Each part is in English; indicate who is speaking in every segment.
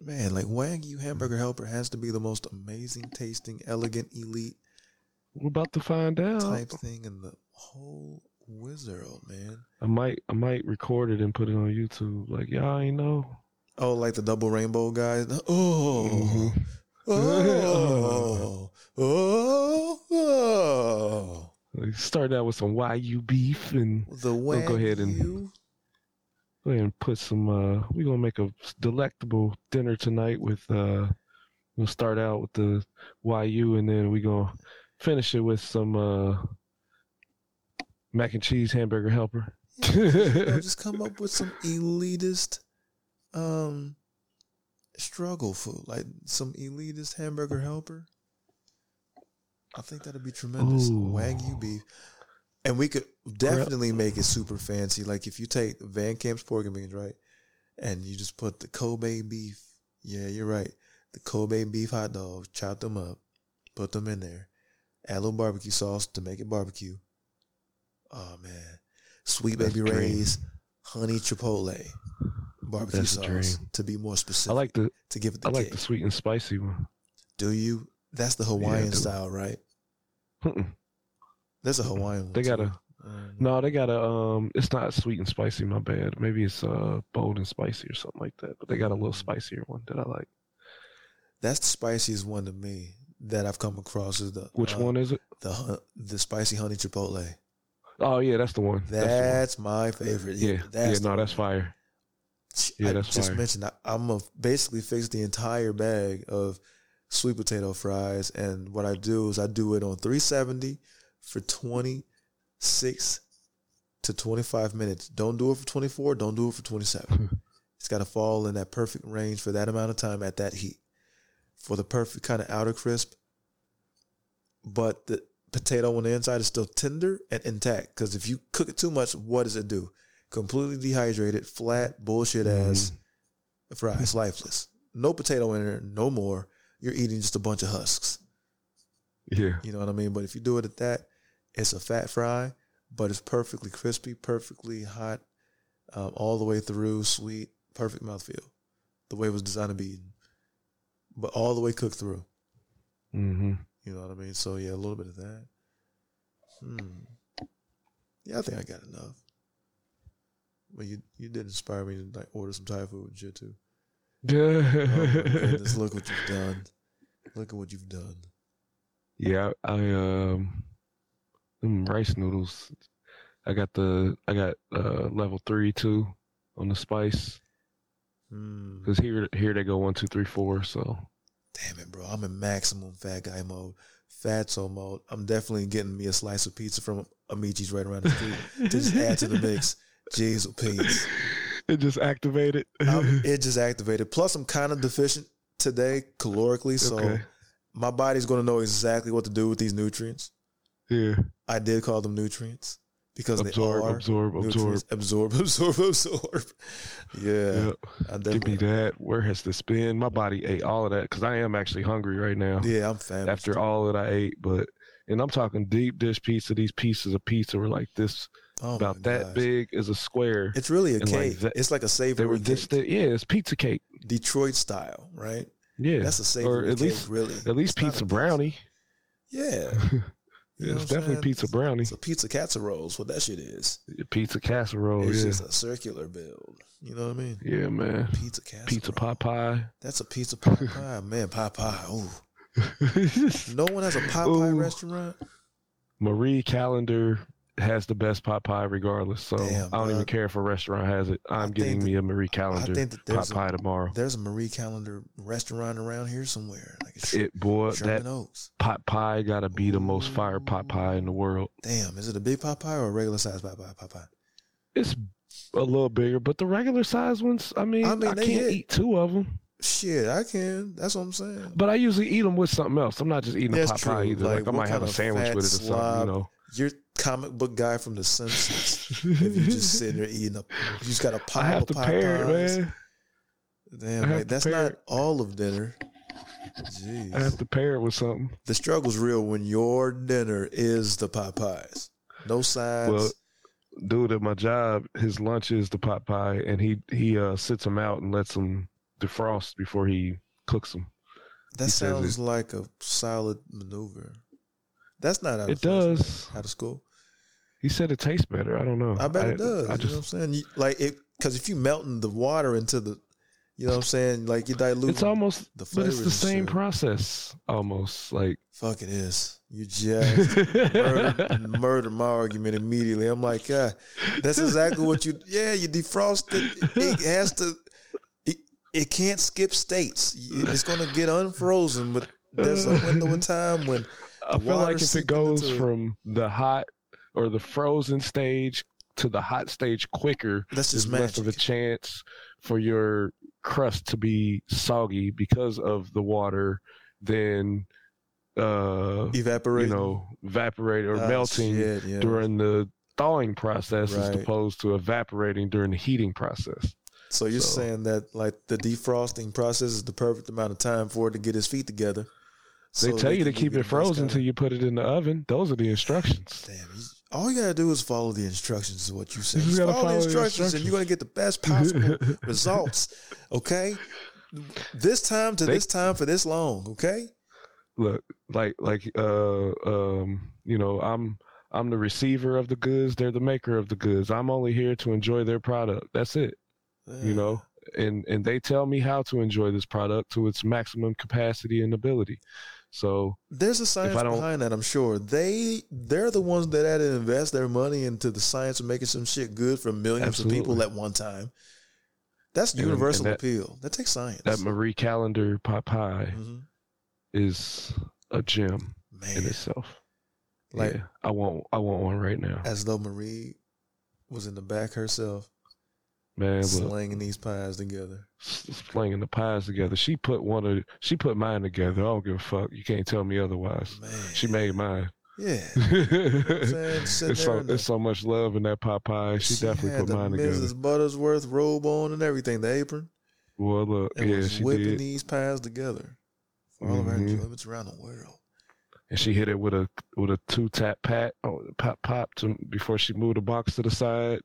Speaker 1: Man, like Wagyu Hamburger Helper has to be the most amazing tasting, elegant, elite
Speaker 2: We're about to find out.
Speaker 1: type thing in the whole world, man.
Speaker 2: I might I might record it and put it on YouTube. Like y'all ain't know.
Speaker 1: Oh, like the double rainbow guy. Oh,
Speaker 2: Mhm.
Speaker 1: oh, oh, oh.
Speaker 2: Like, start out with some YU beef and
Speaker 1: The
Speaker 2: We'll
Speaker 1: Wagyu.
Speaker 2: go ahead and- go ahead and put some. Uh, we gonna make a delectable dinner tonight with. Uh, we'll start out with the YU and then we gonna finish it with some uh, mac and cheese hamburger helper.
Speaker 1: Yo, just come up with some elitist um struggle food, like some elitist hamburger helper. I think that'd be tremendous.
Speaker 2: Ooh.
Speaker 1: Wagyu beef. And we could definitely make it super fancy. Like if you take Van Camp's pork and beans, right? And you just put the Kobe beef. Yeah, you're right. The Kobe beef hot dogs, chop them up, put them in there. Add a little barbecue sauce to make it barbecue. Oh man. Sweet
Speaker 2: That's
Speaker 1: baby
Speaker 2: a dream.
Speaker 1: rays, honey chipotle, barbecue
Speaker 2: That's a
Speaker 1: sauce
Speaker 2: dream.
Speaker 1: to be more specific.
Speaker 2: I like the
Speaker 1: to give it the
Speaker 2: I like
Speaker 1: kick.
Speaker 2: the sweet and spicy one.
Speaker 1: Do you? That's the Hawaiian
Speaker 2: do.
Speaker 1: style, right?
Speaker 2: Mm-mm.
Speaker 1: That's a Hawaiian. one,
Speaker 2: Mm-hmm. They
Speaker 1: too.
Speaker 2: got a
Speaker 1: Um,
Speaker 2: no. They got a um. It's not sweet and spicy. My bad. Maybe it's uh bold and spicy or something like that. But they got a
Speaker 1: Mm.
Speaker 2: little spicier one that I like.
Speaker 1: That's the spiciest one to me that I've come across. Is the
Speaker 2: Which
Speaker 1: uh,
Speaker 2: one is it?
Speaker 1: The hun- the spicy honey chipotle.
Speaker 2: Oh yeah, that's the one. That's the one.
Speaker 1: That's my favorite.
Speaker 2: yeah,
Speaker 1: that's
Speaker 2: yeah. No,
Speaker 1: the-
Speaker 2: that's fire. yeah,
Speaker 1: I
Speaker 2: that's
Speaker 1: just
Speaker 2: fire.
Speaker 1: mentioned I, I'm gonna basically fix the entire bag of sweet potato fries, and what I do is I do it on 370 for 26 to 25 minutes. Don't do it for 24. Don't do it for 27. it's got to fall in that perfect range for that amount of time at that heat, for the perfect kind of outer crisp, but the potato on the inside is still tender and intact. Because if you cook it too much, what does it do? Completely dehydrated, flat, bullshit
Speaker 2: Mm-hmm.
Speaker 1: ass fries, lifeless. No potato in there, no more. You're eating just a bunch of husks.
Speaker 2: Yeah.
Speaker 1: You know what I mean? But if you do it at that, it's a fat fry, but it's perfectly crispy, perfectly hot, um, all the way through, sweet, perfect mouthfeel, the way it was designed to be eaten, but all the way cooked through.
Speaker 2: Mm-hmm.
Speaker 1: You know what I mean? So yeah, a little bit of that. Hmm. Yeah, I think I got enough. But you you did inspire me to like order some Thai food and shit too. Oh my goodness, look what you've done. Look at what you've done.
Speaker 2: yeah, I um, them rice noodles. I got the I got uh level three too on the spice
Speaker 1: Hmm.
Speaker 2: because here here they go one two three four. So
Speaker 1: Damn it, bro. I'm in maximum fat guy mode. Fatso mode. I'm definitely getting me a slice of pizza from Amici's right around the street. to just add to the mix. Jeez Pete.
Speaker 2: It just activated.
Speaker 1: I'm- Um, It just activated. Plus I'm kind of deficient today calorically, so
Speaker 2: okay.
Speaker 1: my body's going to know exactly what to do with these nutrients.
Speaker 2: Yeah.
Speaker 1: I did call them nutrients because
Speaker 2: Absorb,
Speaker 1: they are
Speaker 2: absorb, absorb.
Speaker 1: nutrients. absorb, absorb, absorb. Yeah,
Speaker 2: Yep.
Speaker 1: I
Speaker 2: Give me
Speaker 1: definitely.
Speaker 2: that. Where has this been? My body ate all of that because I am actually hungry right now.
Speaker 1: Yeah, I'm famished.
Speaker 2: Oh, after all that I ate. But and I'm talking deep dish pizza. These pieces of pizza were like this,
Speaker 1: Oh my
Speaker 2: about that
Speaker 1: gosh.
Speaker 2: big is a square.
Speaker 1: It's really a
Speaker 2: and,
Speaker 1: cake.
Speaker 2: like, that-
Speaker 1: it's like a
Speaker 2: They
Speaker 1: savory
Speaker 2: were this,
Speaker 1: cake.
Speaker 2: thi- yeah, it's pizza cake.
Speaker 1: Detroit style, right?
Speaker 2: Yeah,
Speaker 1: That's a
Speaker 2: or
Speaker 1: savory
Speaker 2: at
Speaker 1: cake,
Speaker 2: least
Speaker 1: really.
Speaker 2: at least
Speaker 1: It's not a
Speaker 2: pizza brownie.
Speaker 1: Yeah,
Speaker 2: Yeah,
Speaker 1: You know what
Speaker 2: it's
Speaker 1: I'm
Speaker 2: definitely
Speaker 1: saying?
Speaker 2: pizza brownie,
Speaker 1: it's a pizza casserole. Is what that shit is.
Speaker 2: pizza casserole.
Speaker 1: it's
Speaker 2: Oh, yeah,
Speaker 1: just a circular build. You know what I mean?
Speaker 2: yeah, man.
Speaker 1: Pizza casserole.
Speaker 2: Pizza pot pie.
Speaker 1: That's a pizza pot pie, man. Pot pie. Ooh. No one has a pot pie
Speaker 2: Ooh.
Speaker 1: restaurant.
Speaker 2: Marie Calendar has the best pot pie, regardless. So
Speaker 1: Damn,
Speaker 2: I don't even
Speaker 1: dog.
Speaker 2: care if a restaurant has it. I'm
Speaker 1: think
Speaker 2: getting
Speaker 1: that-
Speaker 2: me a Marie
Speaker 1: I
Speaker 2: Calendar
Speaker 1: think that
Speaker 2: pot
Speaker 1: there's a,
Speaker 2: pie tomorrow.
Speaker 1: there's a Marie Calendar restaurant around here somewhere. Like it's
Speaker 2: It boy, that
Speaker 1: Sherman Oaks.
Speaker 2: pot pie gotta be the most fire pot pie in the world.
Speaker 1: Damn, is it a big pot pie or a regular size pot pie? Pot pie.
Speaker 2: It's a little bigger, but the regular size ones, I mean, I,
Speaker 1: I mean, they
Speaker 2: can't
Speaker 1: hit.
Speaker 2: eat two of them.
Speaker 1: Shit, I can. That's what I'm saying.
Speaker 2: But I usually eat them with something else. I'm not just eating
Speaker 1: That's
Speaker 2: a pot pie
Speaker 1: true.
Speaker 2: either. Like,
Speaker 1: Like,
Speaker 2: I
Speaker 1: what
Speaker 2: might have
Speaker 1: kind
Speaker 2: a
Speaker 1: of
Speaker 2: sandwich
Speaker 1: fat
Speaker 2: with it or
Speaker 1: slob You're comic book guy from The Simpsons.
Speaker 2: something, you know.
Speaker 1: if you just sitting there eating a, you just got a
Speaker 2: I
Speaker 1: pile
Speaker 2: have
Speaker 1: of
Speaker 2: to
Speaker 1: pot
Speaker 2: pair
Speaker 1: pies.
Speaker 2: it, man. I
Speaker 1: Damn,
Speaker 2: have
Speaker 1: like,
Speaker 2: to
Speaker 1: that's
Speaker 2: pair
Speaker 1: not
Speaker 2: it.
Speaker 1: all of dinner.
Speaker 2: I have
Speaker 1: Jeez,
Speaker 2: to pair it with something.
Speaker 1: the struggle's real when your dinner is the pot pies. No sides.
Speaker 2: Well, dude at my job, his lunch is the pot pie, and he he uh, sits them out and lets them defrost before he cooks them.
Speaker 1: That
Speaker 2: He says
Speaker 1: sounds like a solid maneuver. That's not out of
Speaker 2: It does.
Speaker 1: out of school.
Speaker 2: He said it tastes better. I don't know.
Speaker 1: I bet it does.
Speaker 2: I
Speaker 1: you know
Speaker 2: just
Speaker 1: what I'm saying? You, like it because if you melting the water into the, you know what I'm saying? Like you dilute
Speaker 2: it's almost
Speaker 1: the
Speaker 2: but
Speaker 1: flavor.
Speaker 2: it's the same process almost like
Speaker 1: Fuck it is. You just murder, murder my argument immediately. I'm like, yeah, that's exactly what you. Yeah, you defrost it. It has to. It, it can't skip states. It's gonna get unfrozen, but there's a window of time when
Speaker 2: I feel
Speaker 1: water
Speaker 2: like if
Speaker 1: seeping
Speaker 2: it goes
Speaker 1: into it.
Speaker 2: from the hot or the frozen stage to the hot stage quicker,
Speaker 1: that's
Speaker 2: there's
Speaker 1: just
Speaker 2: less of a
Speaker 1: magic.
Speaker 2: chance for your crust to be soggy because of the water than uh
Speaker 1: Evaporate.
Speaker 2: you know evaporate or
Speaker 1: Ah,
Speaker 2: melting
Speaker 1: shit, yeah.
Speaker 2: during the thawing process as
Speaker 1: Right.
Speaker 2: opposed to evaporating during the heating process.
Speaker 1: So you're
Speaker 2: So-
Speaker 1: saying that like the defrosting process is the perfect amount of time for it to get its feet together.
Speaker 2: They
Speaker 1: so
Speaker 2: tell you to
Speaker 1: can
Speaker 2: keep
Speaker 1: get the
Speaker 2: it
Speaker 1: best
Speaker 2: frozen
Speaker 1: out of
Speaker 2: until you put it in the oven. Those are the instructions.
Speaker 1: Damn, you, all you gotta do is follow the instructions. Is what you say.
Speaker 2: You
Speaker 1: Just
Speaker 2: gotta
Speaker 1: follow,
Speaker 2: follow
Speaker 1: the
Speaker 2: the
Speaker 1: instructions, and
Speaker 2: instructions.
Speaker 1: you're gonna get the best possible results. Okay, this time to
Speaker 2: They-
Speaker 1: this time for this long. Okay,
Speaker 2: look like like uh um you know i'm i'm the receiver of the goods they're the maker of the goods i'm only here to enjoy their product that's it you know
Speaker 1: Uh,
Speaker 2: and and they tell me how to enjoy this product to its maximum capacity and ability so
Speaker 1: there's a science
Speaker 2: I don't-
Speaker 1: behind that. I'm sure they they're the ones that had to invest their money into the science of making some shit good for millions
Speaker 2: Absolutely.
Speaker 1: of people at one time. That's
Speaker 2: And- and
Speaker 1: universal
Speaker 2: that-
Speaker 1: appeal. That takes science.
Speaker 2: that marie calendar pot pie
Speaker 1: Mhm.
Speaker 2: is a gem in
Speaker 1: Man,
Speaker 2: itself
Speaker 1: Like-
Speaker 2: like i want i want one right now
Speaker 1: as though Marie was in the back herself,
Speaker 2: man look
Speaker 1: slanging these pies together.
Speaker 2: s- slinging the pies together she put one of she put mine together i don't give a fuck you can't tell me otherwise
Speaker 1: Man,
Speaker 2: She made mine.
Speaker 1: yeah. saying?
Speaker 2: it's,
Speaker 1: Sitting there
Speaker 2: so,
Speaker 1: in the-
Speaker 2: it's so much love in that Popeye. She, definitely
Speaker 1: had
Speaker 2: put
Speaker 1: the
Speaker 2: mine
Speaker 1: Mrs.
Speaker 2: together.
Speaker 1: Buttersworth robe on and everything, the apron,
Speaker 2: Well, look,
Speaker 1: and
Speaker 2: yeah,
Speaker 1: was
Speaker 2: she
Speaker 1: whipping
Speaker 2: did,
Speaker 1: these pies together for all of our
Speaker 2: Mhm.
Speaker 1: enjoyments around the world.
Speaker 2: and she hit it with a with a two tap pat, oh, pop pop to, before she moved the box to the side,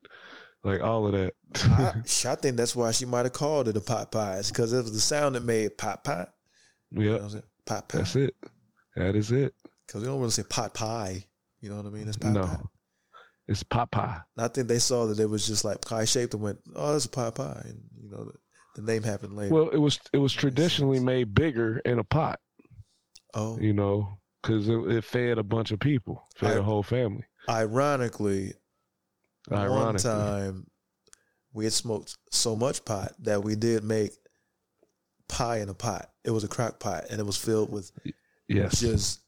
Speaker 2: like all of that.
Speaker 1: I, I think that's why she might have called it a pot pies because it was the sound that made pot pie. You know
Speaker 2: yep,
Speaker 1: what I'm saying? Pot pie.
Speaker 2: that's it. That is it.
Speaker 1: Because we don't really say pot pie. You know what I mean? It's pot
Speaker 2: no,
Speaker 1: pie.
Speaker 2: it's Popeye.
Speaker 1: And I think they saw that it was just like pie shaped and went, oh, that's a pot pie. And, you know, the, the name happened later.
Speaker 2: Well, it was it was
Speaker 1: Makes
Speaker 2: traditionally
Speaker 1: sense.
Speaker 2: made bigger in a pot,
Speaker 1: oh,
Speaker 2: you know, because it, it fed a bunch of people, fed
Speaker 1: I-
Speaker 2: a whole family.
Speaker 1: ironically, one
Speaker 2: Ironically,
Speaker 1: time we had smoked so much pot that we did make pie in a pot. It was a crock pot and it was filled with
Speaker 2: yes,
Speaker 1: just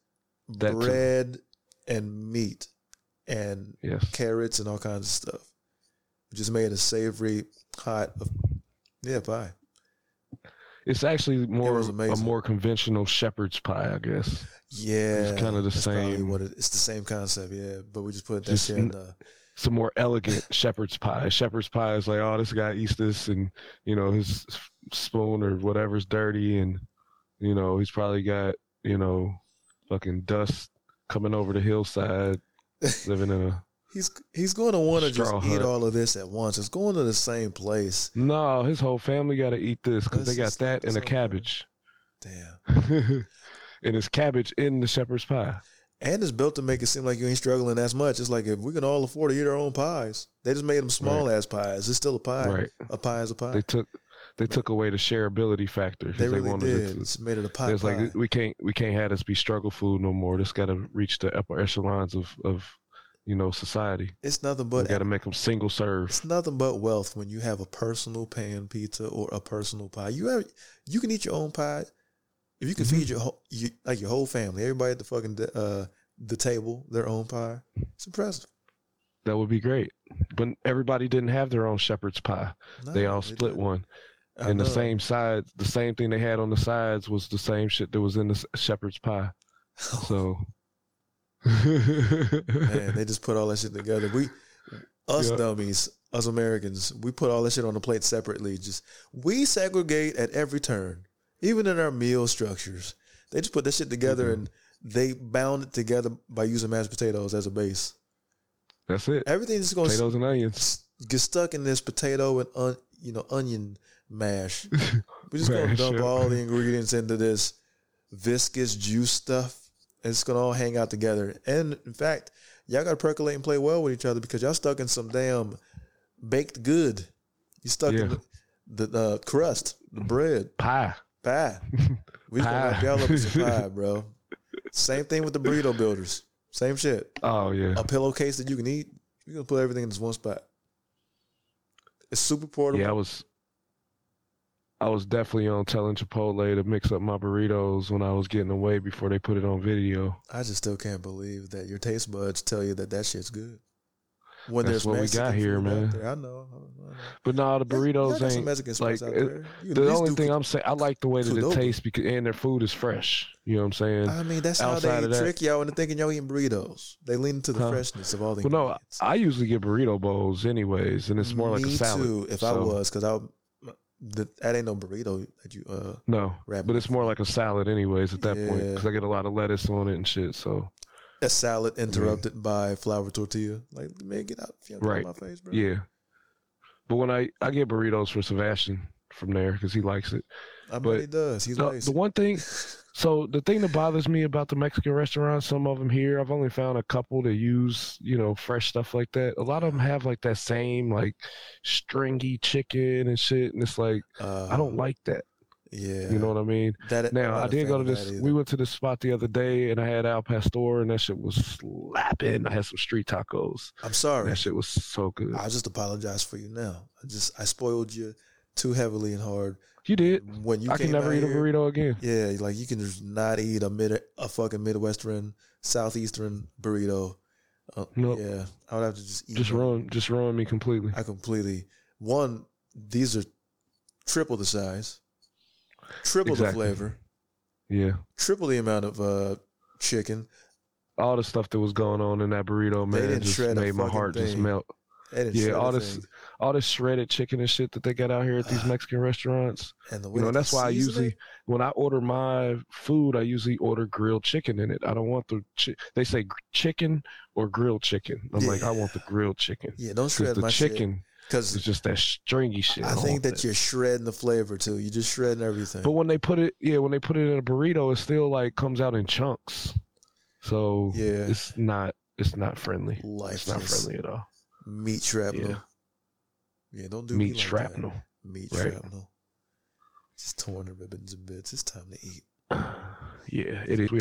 Speaker 2: That too.
Speaker 1: bread and meat and
Speaker 2: yes.
Speaker 1: carrots and all kinds of stuff. We just made a savory pot of yeah pie.
Speaker 2: It's actually more
Speaker 1: was
Speaker 2: a
Speaker 1: amazing.
Speaker 2: more conventional shepherd's pie, I guess.
Speaker 1: Yeah,
Speaker 2: kinda the
Speaker 1: that's probably
Speaker 2: same.
Speaker 1: What it, it's the same concept, yeah. But we just put that
Speaker 2: Just
Speaker 1: shit
Speaker 2: n-
Speaker 1: in. Uh,
Speaker 2: It's a more elegant shepherd's pie. Shepherd's pie is like, oh, this guy eats this, and you know his spoon or whatever's dirty, and you know he's probably got you know fucking dust coming over the hillside, living in a
Speaker 1: he's he's going to want to just
Speaker 2: Straw
Speaker 1: eat
Speaker 2: Hut.
Speaker 1: all of this at once. It's going to the same place.
Speaker 2: no. His whole family got to eat this because they
Speaker 1: This
Speaker 2: got
Speaker 1: is-
Speaker 2: that and a
Speaker 1: so good.
Speaker 2: cabbage,
Speaker 1: Damn.
Speaker 2: and it's cabbage in the shepherd's pie.
Speaker 1: And it's built to make it seem like you ain't struggling as much. It's like if we can all afford to eat our own pies, they just made them small ass pies. It's still a pie.
Speaker 2: Right?
Speaker 1: A pie is a pie.
Speaker 2: They took they took away the shareability factor. 'cause
Speaker 1: They, really
Speaker 2: wanted it
Speaker 1: did.
Speaker 2: to-
Speaker 1: It's made it a pie.
Speaker 2: It's
Speaker 1: pie.
Speaker 2: like we can't we can't have this be struggle food no more. This got to reach the upper echelons of of you know society.
Speaker 1: it's nothing
Speaker 2: We
Speaker 1: but uh,
Speaker 2: got to make them single serve.
Speaker 1: it's nothing but wealth when you have a personal pan pizza or a personal pie. You have you can eat your own pie if you can
Speaker 2: Mhm.
Speaker 1: feed your whole you, like your whole family, everybody at the fucking uh the table their own pie. It's impressive.
Speaker 2: That would be great. But everybody didn't have their own shepherd's pie.
Speaker 1: No,
Speaker 2: They all split
Speaker 1: Uh, didn't.
Speaker 2: one,
Speaker 1: I
Speaker 2: and the
Speaker 1: know.
Speaker 2: same side, the same thing they had on the sides was the same shit that was in the s- shepherd's pie. So.
Speaker 1: Man, they just put all that shit together. We, us
Speaker 2: Yeah.
Speaker 1: dummies, us Americans, we put all that shit on the plate separately. Just we segregate at every turn, even in our meal structures. They just put that shit together
Speaker 2: Mhm.
Speaker 1: and they bound it together by using mashed potatoes as a base.
Speaker 2: That's it.
Speaker 1: Everything's just gonna
Speaker 2: Potatoes and onions.
Speaker 1: s- get stuck in this potato and un, you know onion mash. We're just gonna
Speaker 2: Right,
Speaker 1: dump
Speaker 2: sure.
Speaker 1: all the ingredients into this viscous juice stuff. And it's gonna all hang out together. And in fact, y'all gotta percolate and play well with each other because y'all stuck in some damn baked good. You stuck
Speaker 2: Yeah.
Speaker 1: in the, the uh, crust, the bread,
Speaker 2: Pie.
Speaker 1: pie. We just gonna
Speaker 2: Pie.
Speaker 1: wrap y'all up with some pie, bro. Same thing with the burrito builders. Same shit.
Speaker 2: Oh yeah.
Speaker 1: A pillowcase that you can eat. You can put everything in this one spot. It's super portable.
Speaker 2: Yeah, I was I was definitely on telling Chipotle to mix up my burritos when I was getting away before they put it on video.
Speaker 1: I just still can't believe that your taste buds tell you that that shit's good. When
Speaker 2: That's
Speaker 1: there's
Speaker 2: what we
Speaker 1: Mexican
Speaker 2: got here,
Speaker 1: food out
Speaker 2: man.
Speaker 1: there. I know. I know.
Speaker 2: But no,
Speaker 1: Y'all
Speaker 2: the burritos
Speaker 1: got some
Speaker 2: ain't
Speaker 1: Mexican spots
Speaker 2: like,
Speaker 1: out
Speaker 2: it-
Speaker 1: there. You at
Speaker 2: the
Speaker 1: least
Speaker 2: only
Speaker 1: do
Speaker 2: thing
Speaker 1: coo-
Speaker 2: I'm saying. I like the way that
Speaker 1: Sudoku.
Speaker 2: it tastes because and their food is fresh. You know what I'm saying?
Speaker 1: I mean, that's how
Speaker 2: outside
Speaker 1: they
Speaker 2: of that-
Speaker 1: trick y'all into thinking y'all eating burritos. They lean into the
Speaker 2: Huh?
Speaker 1: freshness of all the
Speaker 2: Well, no,
Speaker 1: ingredients.
Speaker 2: I usually get burrito bowls anyways, and it's more like
Speaker 1: Me
Speaker 2: a salad.
Speaker 1: too, if I
Speaker 2: so-
Speaker 1: was, because I the, that ain't no burrito that you uh
Speaker 2: No,
Speaker 1: wrap.
Speaker 2: but it's more like a salad anyways at that point, 'cause point
Speaker 1: Yeah.
Speaker 2: because I get a lot of lettuce on it and shit. So
Speaker 1: a salad interrupted by flour tortilla. Like man, get out! If you
Speaker 2: Mm-hmm. Right.
Speaker 1: right. my face, bro.
Speaker 2: yeah. But when I I get burritos for Sebastian from there because he likes it.
Speaker 1: I bet
Speaker 2: but-
Speaker 1: he does. He's
Speaker 2: No,
Speaker 1: nice.
Speaker 2: the one thing So the thing that bothers me about the Mexican restaurants, some of them here, I've only found a couple that use, you know, fresh stuff like that. A lot of them have like that same like stringy chicken and shit, and it's like
Speaker 1: uh,
Speaker 2: I don't like that.
Speaker 1: Yeah,
Speaker 2: You know what I mean?
Speaker 1: that. I'm
Speaker 2: Now
Speaker 1: not
Speaker 2: I
Speaker 1: a
Speaker 2: did go to
Speaker 1: fan of
Speaker 2: this.
Speaker 1: that either.
Speaker 2: We went to this spot the other day, and I had al pastor, and that shit was slapping. I had some street tacos.
Speaker 1: I'm
Speaker 2: and
Speaker 1: sorry.
Speaker 2: That shit was so good.
Speaker 1: I just apologize for you now. I just I spoiled you too heavily and hard
Speaker 2: You did.
Speaker 1: when you
Speaker 2: I
Speaker 1: came
Speaker 2: can never
Speaker 1: out
Speaker 2: eat a
Speaker 1: here,
Speaker 2: burrito again.
Speaker 1: Yeah, like you can just not eat a mid a fucking midwestern southeastern burrito. Uh,
Speaker 2: Nope.
Speaker 1: Yeah, I would have to just eat.
Speaker 2: Just
Speaker 1: them.
Speaker 2: ruin, just ruin me completely.
Speaker 1: I completely one. These are triple the size, triple the
Speaker 2: Exactly.
Speaker 1: flavor,
Speaker 2: Yeah.
Speaker 1: triple the amount of uh, chicken.
Speaker 2: all the stuff that was going on in that burrito,
Speaker 1: They
Speaker 2: man,
Speaker 1: didn't
Speaker 2: just
Speaker 1: shred a
Speaker 2: made my
Speaker 1: fucking
Speaker 2: heart just
Speaker 1: thing.
Speaker 2: melt.
Speaker 1: And it's
Speaker 2: Yeah,
Speaker 1: shredded
Speaker 2: all this-
Speaker 1: thing.
Speaker 2: All this shredded chicken and shit that they got out here at these Mexican restaurants.
Speaker 1: and the way
Speaker 2: You know,
Speaker 1: that
Speaker 2: and
Speaker 1: they
Speaker 2: that's why I
Speaker 1: season it?
Speaker 2: usually, when I order my food, I usually order grilled chicken in it. I don't want the, chi- they say gr- chicken or grilled chicken. I'm like, I want the grilled chicken.
Speaker 1: yeah, don't
Speaker 2: 'Cause
Speaker 1: shred
Speaker 2: the
Speaker 1: my chicken
Speaker 2: chicken
Speaker 1: because
Speaker 2: is just that stringy shit.
Speaker 1: I
Speaker 2: don't
Speaker 1: think
Speaker 2: want
Speaker 1: that you're shredding the flavor too. You're just shredding everything.
Speaker 2: But when they put it, yeah, when they put it in a burrito, it still like comes out in chunks. So
Speaker 1: yeah,
Speaker 2: it's not, it's not friendly. It's not
Speaker 1: lifeless
Speaker 2: friendly at all.
Speaker 1: meat shrapnel. Yeah.
Speaker 2: Yeah.
Speaker 1: don't do
Speaker 2: Meat
Speaker 1: me like
Speaker 2: shrapnel.
Speaker 1: That. Meat
Speaker 2: right.
Speaker 1: shrapnel. Just torn to ribbons and bits. It's time to eat.
Speaker 2: Yeah, it is. We